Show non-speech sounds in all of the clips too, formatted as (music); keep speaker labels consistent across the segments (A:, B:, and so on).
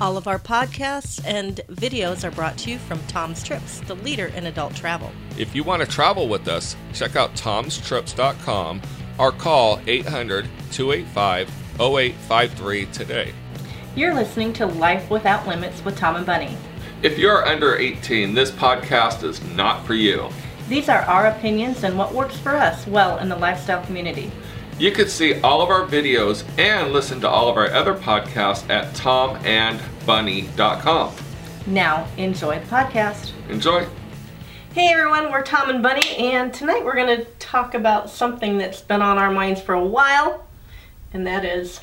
A: All of our podcasts and videos are brought to you from Tom's Trips, the leader in adult travel.
B: If you want to travel with us, check out tomstrips.com or call 800 285 0853 today.
A: You're listening to Life Without Limits with Tom and Bunny.
B: If you're under 18, this podcast is not for you.
A: These are our opinions and what works for us well in the lifestyle community.
B: You can see all of our videos and listen to all of our other podcasts at tomandbunny.com.
A: Now, enjoy the podcast.
B: Enjoy.
A: Hey everyone, we're Tom and Bunny, and tonight we're going to talk about something that's been on our minds for a while, and that is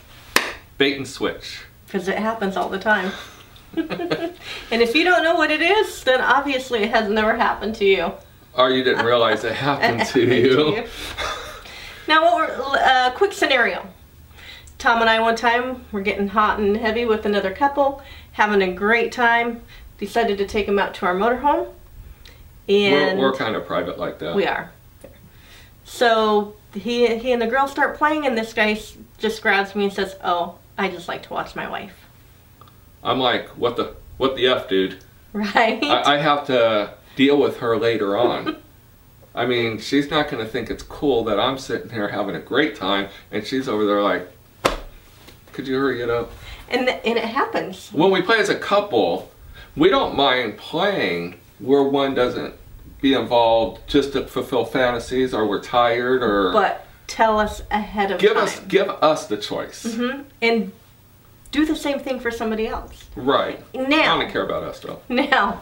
B: Bait and switch.
A: because it happens all the time. (laughs) and if you don't know what it is, then obviously it has never happened to you.
B: Or Oh, you didn't realize it happened
A: (laughs)
B: to
A: To
B: you.
A: you. Now, what we're a quick scenario. Tom and I one time were getting hot and heavy with another couple, having a great time. Decided to take them out to our motorhome,
B: We're,
A: and
B: we're kind of private like that.
A: we are. So he he and the girl start playing, and this guy s- just grabs me and says, "Oh, I just like to watch my wife." (laughs)
B: I'm like, what the what the f, dude?
A: Right?
B: I, I have to deal with her later on. I mean, she's not going to think it's cool that I'm sitting here having a great time, and she's over there like, could you hurry it up?
A: and th- and it happens.
B: When we play as a couple, we don't mind playing where one doesn't be involved just to fulfill fantasies, or we're tired, or
A: But tell us ahead of
B: give
A: time.
B: us give us the choice.
A: Mhm. And do the same thing for somebody else.
B: Right. I
A: Now,
B: don't care about us though.
A: now,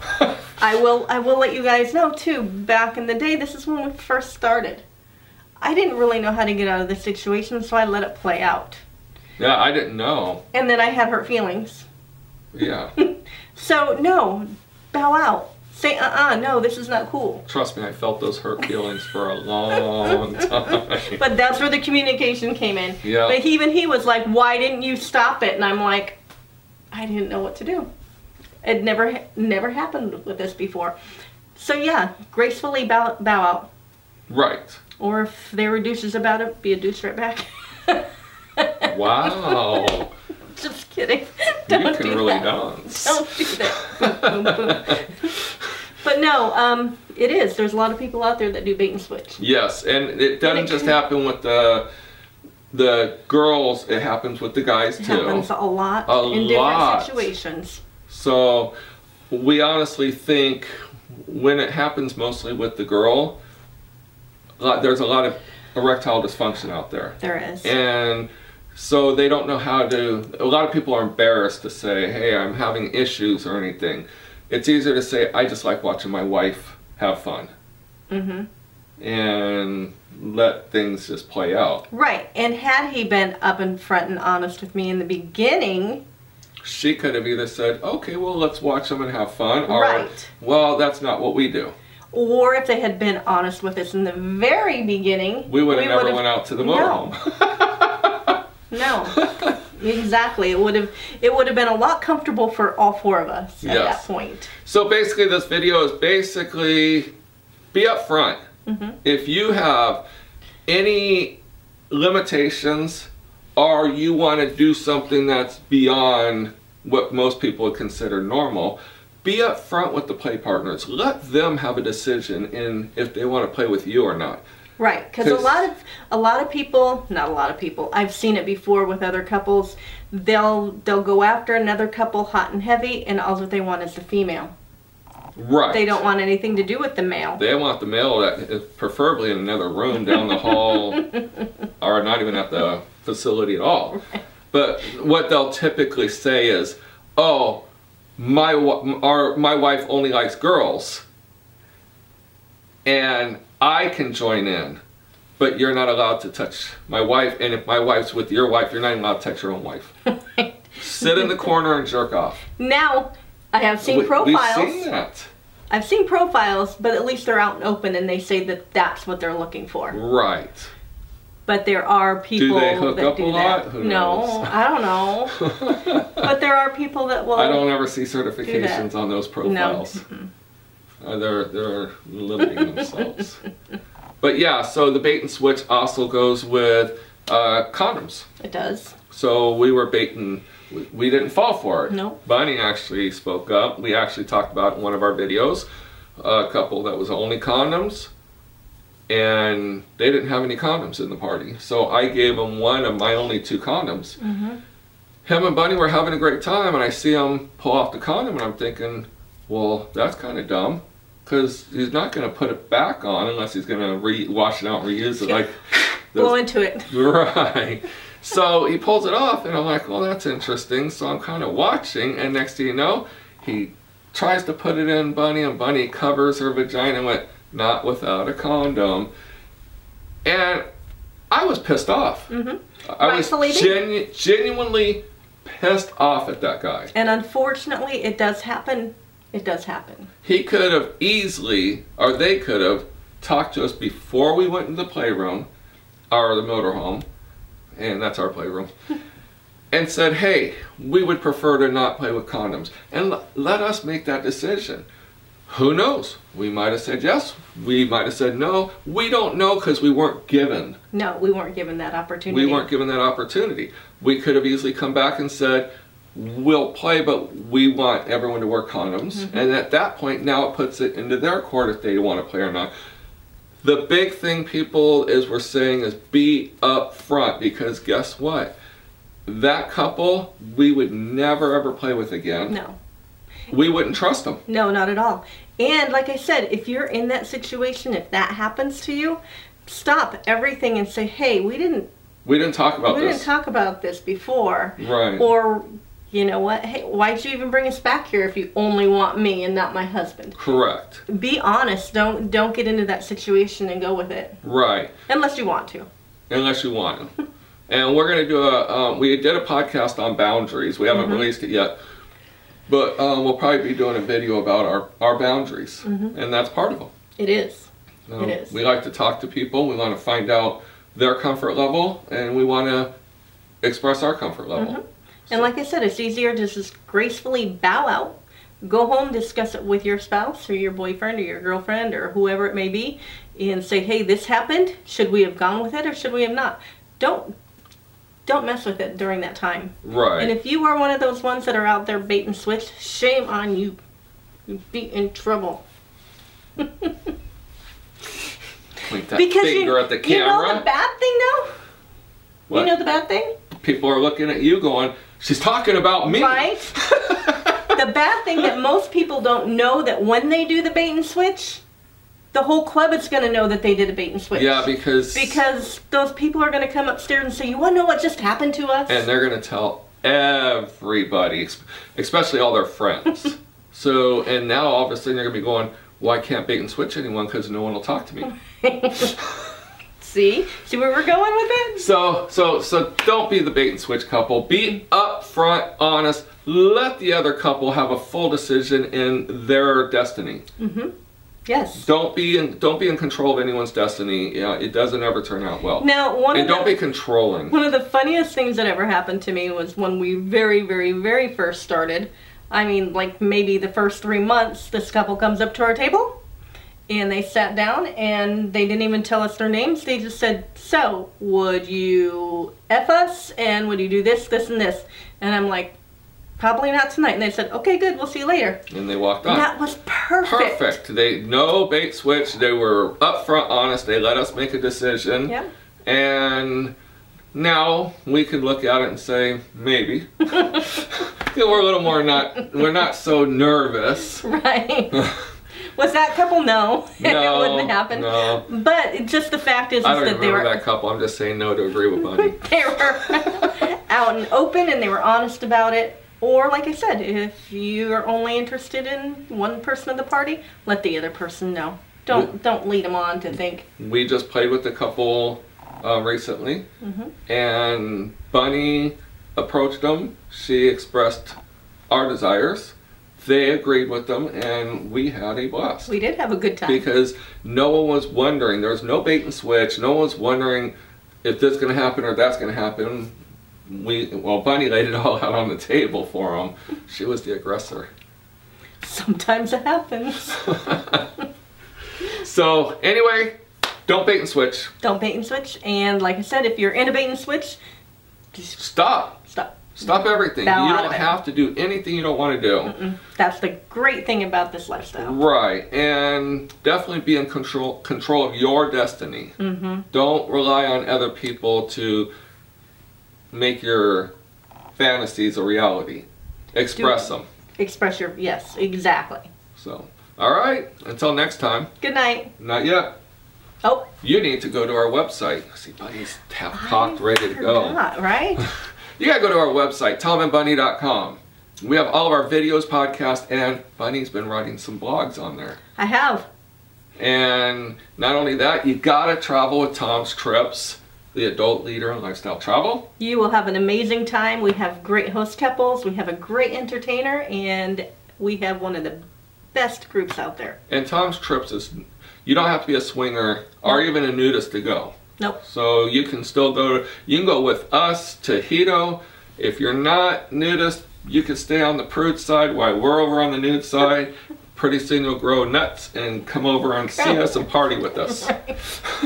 A: I will I will let you guys know too. Back in the day, this is when we first started. I didn't really know how to get out of this situation, so I let it play out.
B: yeah, I didn't know.
A: And then I had hurt feelings. (laughs)
B: Yeah,
A: So no, bow out. Say uh-uh, no, this is not cool.
B: trust me, I felt those hurt feelings for a long (laughs) time.
A: But that's where the communication came in.
B: Yeah.
A: But even he was like, "Why didn't you stop it?" And I'm like, "I didn't know what to do. It never never happened with this before." So yeah, gracefully bow, bow out,
B: Right.
A: or if they were douches about it, be a douche right back. (laughs)
B: Wow.
A: Just kidding.
B: you
A: (laughs) Don't
B: can
A: do
B: really
A: that.
B: dance.
A: Don't do that. Boom, boom, boom. but no, um, it is. There's a lot of people out there that do bait and switch.
B: (laughs) Yes, and it doesn't
A: it
B: just
A: can-
B: happen with the the girls, it happens with the guys
A: It
B: too.
A: happens a lot
B: A
A: in
B: lot.
A: different situations.
B: So we honestly think when it happens mostly with the girl, lot- there's a lot of erectile dysfunction out there.
A: There is.
B: And so they don't know how to. A lot of people are embarrassed to say, hey, I'm having issues or anything. It's easier to say, I just like watching my wife have fun
A: mm-hmm.
B: and let things just play out.
A: Right, and had he been up in front and honest with me in the beginning,
B: She could have either said, okay, well, let's watch them and have fun, or,
A: Right.
B: well, that's not what we do.
A: or if they had been honest with us in the very beginning,
B: We would have never
A: would've-
B: went out to the
A: No.
B: motorhome.
A: No, exactly. It would have it would have been a lot comfortable for all four of us at
B: Yes.
A: that point.
B: So basically, this video is basically be upfront.
A: Mm-hmm.
B: If you have any limitations or you want to do something that's beyond what most people would consider normal, be upfront with the play partners. Let them have a decision in if they want to play with you or not.
A: Right, because a
B: 'Cause-
A: lot of a lot of people, not a lot of people. I've seen it before with other couples. They'll they'll go after another couple hot and heavy, and all that they want is the female.
B: Right.
A: They don't want anything to do with the male.
B: They want the male that is preferably in another room down the hall or not even at the facility at all. But what they'll typically say is, "Oh, my wa- our, my wife only likes girls." And I can join in, but you're not allowed to touch my wife and if my wife's with your wife, you're not even allowed to touch your own wife. Sit in the corner and jerk off.
A: Now, I have seen
B: We-
A: profiles.
B: We've seen that.
A: I've seen profiles, but at least they're out and open and they say that that's what they're looking for.
B: Right.
A: But there are people
B: they hook
A: that
B: up
A: do
B: a
A: that.
B: lot? Who
A: no,
B: knows?
A: I don't know.
B: (laughs)
A: but there are people that will.
B: I don't ever see certifications on those profiles. Uh, they're they're limiting themselves. But yeah, so the bait and switch also goes with uh, condoms.
A: It does.
B: So we were baiting we, we didn't fall for it.
A: No.
B: Bonnie actually spoke up. We actually talked about it in one of our videos a couple that was only condoms, and they didn't have any condoms in the party. So I gave them one of my only two condoms. Him and Bunny were having a great time, and I see him pull off the condom, and I'm thinking, well, that's kind of dumb. Because he's not going to put it back on unless he's going to re- wash it out and reuse it. Like, those-
A: Blow into it.
B: (laughs) Right. So he pulls it off, and I'm like, well, that's interesting. So I'm kind of watching, and next thing you know, he tries to put it in Bunny, and Bunny covers her vagina and went, not without a condom. And I was pissed off. Mm-hmm. I was
A: Rightfully be.
B: genu- genuinely pissed off at that guy.
A: And unfortunately, it does happen. It does happen.
B: He could have easily, or they could have, talked to us before we went into the playroom or the motorhome, and that's our playroom, and said, hey, we would prefer to not play with condoms, and l- let us make that decision. Who knows? We might have said yes, we might have said no. We don't know because we weren't given.
A: No, we weren't given that opportunity.
B: We weren't given that opportunity. We could have easily come back and said, we'll play, but we want everyone to wear condoms.
A: Mm-hmm.
B: And at that point, now it puts it into their court if they want to play or not. The big thing people is we're saying is be upfront because guess what? That couple we would never ever play with again.
A: No,
B: We wouldn't trust them.
A: no, not at all. And like I said, if you're in that situation, if that happens to you, stop everything and say, "Hey, we didn't
B: We didn't talk about
A: we
B: this.
A: didn't talk about this before."
B: right.
A: Or you know what? Hey, why'd you even bring us back here if you only want me and not my husband?
B: Correct.
A: Be honest. Don't don't get into that situation and go with it
B: Right.
A: unless you want to.
B: unless you want to. and we're gonna do a. Um, we did a podcast on boundaries. We
A: Mm-hmm.
B: haven't released it yet, but um, we'll probably be doing a video about our our boundaries, and that's part of them.
A: It is.
B: You know,
A: Mm-hmm. It is.
B: We like to talk to people. We want to find out their comfort level, and we want to express our comfort level.
A: And like I said, it's easier to just gracefully bow out, go home, discuss it with your spouse or your boyfriend or your girlfriend or whoever it may be, and say, "Hey, this happened. Should we have gone with it or should we have not?" Don't don't mess with it during that time.
B: Right.
A: And if you are one of those ones that are out there bait and switch, shame on you. You'd be in trouble
B: Point that
A: because
B: finger
A: you,
B: at the
A: you
B: camera.
A: know the bad thing though.
B: What?
A: You know the bad thing,
B: people are looking at you, going, "She's talking about me." (laughs)
A: right? the bad thing that most people don't know that when they do the bait and switch, the whole club is going to know that they did a bait and switch.
B: yeah, because
A: Because those people are going to come upstairs and say, "You want to know what just happened to us?"
B: and they're gonna tell everybody, ex- especially all their friends. so, and now all of a sudden you're gonna be going, "Well, I can't bait and switch anyone because no one will talk to me."
A: see, see where we're going with it?
B: so, so, so don't be the bait and switch couple. Be upfront, honest. Let the other couple have a full decision in their destiny.
A: Yes.
B: Don't be in, don't be in control of anyone's destiny. Yeah, it doesn't ever turn out well.
A: Now, one
B: and
A: of
B: don't
A: the,
B: be controlling.
A: One of the funniest things that ever happened to me was when we very, very, very first started. I mean, like maybe the first three months, this couple comes up to our table and they sat down and they didn't even tell us their names. They just said, So, would you F us and would you do this, this, and this? And I'm like, Probably not tonight. And they said, Okay, good, we'll see you later.
B: And they walked on.
A: That was perfect.
B: perfect. They no bait switch. They were upfront, honest. They let us make a decision.
A: Yep. (laughs)
B: And now we can look at it and say maybe. (laughs) Yeah, we're a little more not. We're not so nervous.
A: Right.
B: (laughs)
A: was that couple? No. (laughs)
B: No,
A: it wouldn't happen.
B: no.
A: But it- just the fact is, is
B: I don't
A: that they
B: remember
A: were
B: that couple. I'm just saying no to agree
A: (laughs)
B: with Bunny.
A: they were out and open and they were honest about it. Or, like I said, if you are only interested in one person of the party, let the other person know. Don't don't lead them on to think.
B: we just played with the couple uh, recently,
A: Mm-hmm.
B: and Bunny approached them. She expressed our desires. They agreed with them, and we had a blast.
A: We did have a good time.
B: because no one was wondering. There was no bait and switch. No one was wondering if this going to happen or that's going to happen. We well, Bunny laid it (laughs) all out on the table for him. She was the aggressor.
A: (laughs)
B: (laughs)
A: Sometimes it happens.
B: So anyway, don't bait and switch.
A: don't bait and switch. And like I said, if you're in a bait and switch, just
B: Stop.
A: stop.
B: Stop everything.
A: Bow
B: you
A: out
B: don't
A: of it.
B: have to do anything you don't want to do.
A: That's the great thing about this lifestyle.
B: Right, and definitely be in control control of your destiny.
A: Mm-hmm.
B: Don't rely on other people to make your fantasies a reality. Express them.
A: Express your yes, exactly.
B: So, all right. Until next time.
A: Good night.
B: Not yet.
A: Oh,
B: You need to go to our website. See, Bunny's half cocked,
A: I
B: ready to go.
A: forgot,
B: (laughs)
A: right?
B: You gotta go to our website, TomAndBunny.com. We have all of our videos, podcasts, and Bunny's been writing some blogs on there.
A: I have.
B: And not only that, you gotta travel with Tom's Trips, the adult leader in lifestyle travel.
A: You will have an amazing time. We have great host couples. We have a great entertainer, and we have one of the best groups out there.
B: And Tom's Trips is, you don't have to be a swinger or even a nudist to go.
A: Nope.
B: So you can still go, you can go with us, Tahito. If you're not nudist, you can stay on the prude side while we're over on the nude side. Pretty soon you'll grow nuts and come over and see us and party with
A: (laughs)
B: us.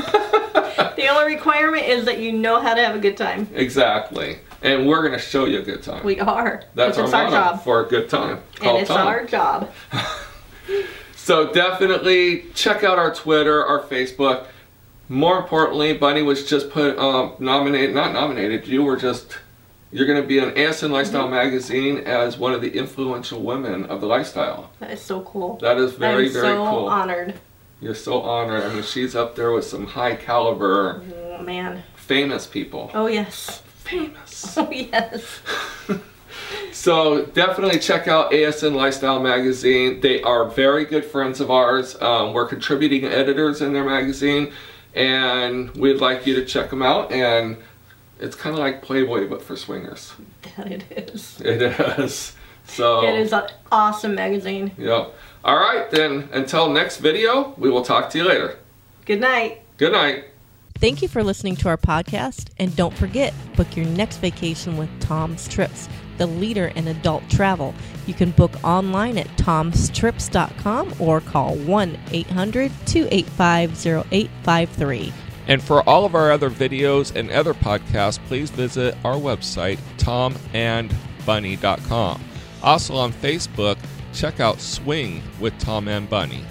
A: The only requirement is that you know how to have a good time.
B: exactly. And we're gonna show you a good time.
A: We are.
B: That's
A: Because
B: our,
A: it's our
B: motto
A: job.
B: for a good time.
A: And
B: Called
A: it's
B: Tom.
A: our job.
B: So definitely check out our Twitter, our Facebook. More importantly, Bunny was just put um, nominated, not nominated. You were just you're going to be on ASN Lifestyle
A: Mm-hmm.
B: magazine as one of the influential women of the lifestyle.
A: That is so cool.
B: That is very
A: I'm
B: very
A: so
B: cool.
A: honored.
B: You're so honored. I mean, she's up there with some high caliber,
A: Oh, man.
B: famous people.
A: Oh, yes.
B: Famous.
A: (laughs) Oh, yes.
B: So definitely check out ASN Lifestyle Magazine. They are very good friends of ours. Um, we're contributing editors in their magazine, and we'd like you to check them out. And it's kind of like Playboy, but for swingers. (laughs)
A: That it is.
B: It is. So.
A: It is an awesome magazine.
B: Yep. All right, then. Until next video, we will talk to you later.
A: Good night.
B: Good night.
C: Thank you for listening to our podcast, and don't forget, book your next vacation with Tom's Trips, the leader in adult travel. You can book online at tomstrips.com or call 1 800 285 0853.
B: And for all of our other videos and other podcasts, please visit our website, tomandbunny.com. Also on Facebook, check out Swing with Tom and Bunny.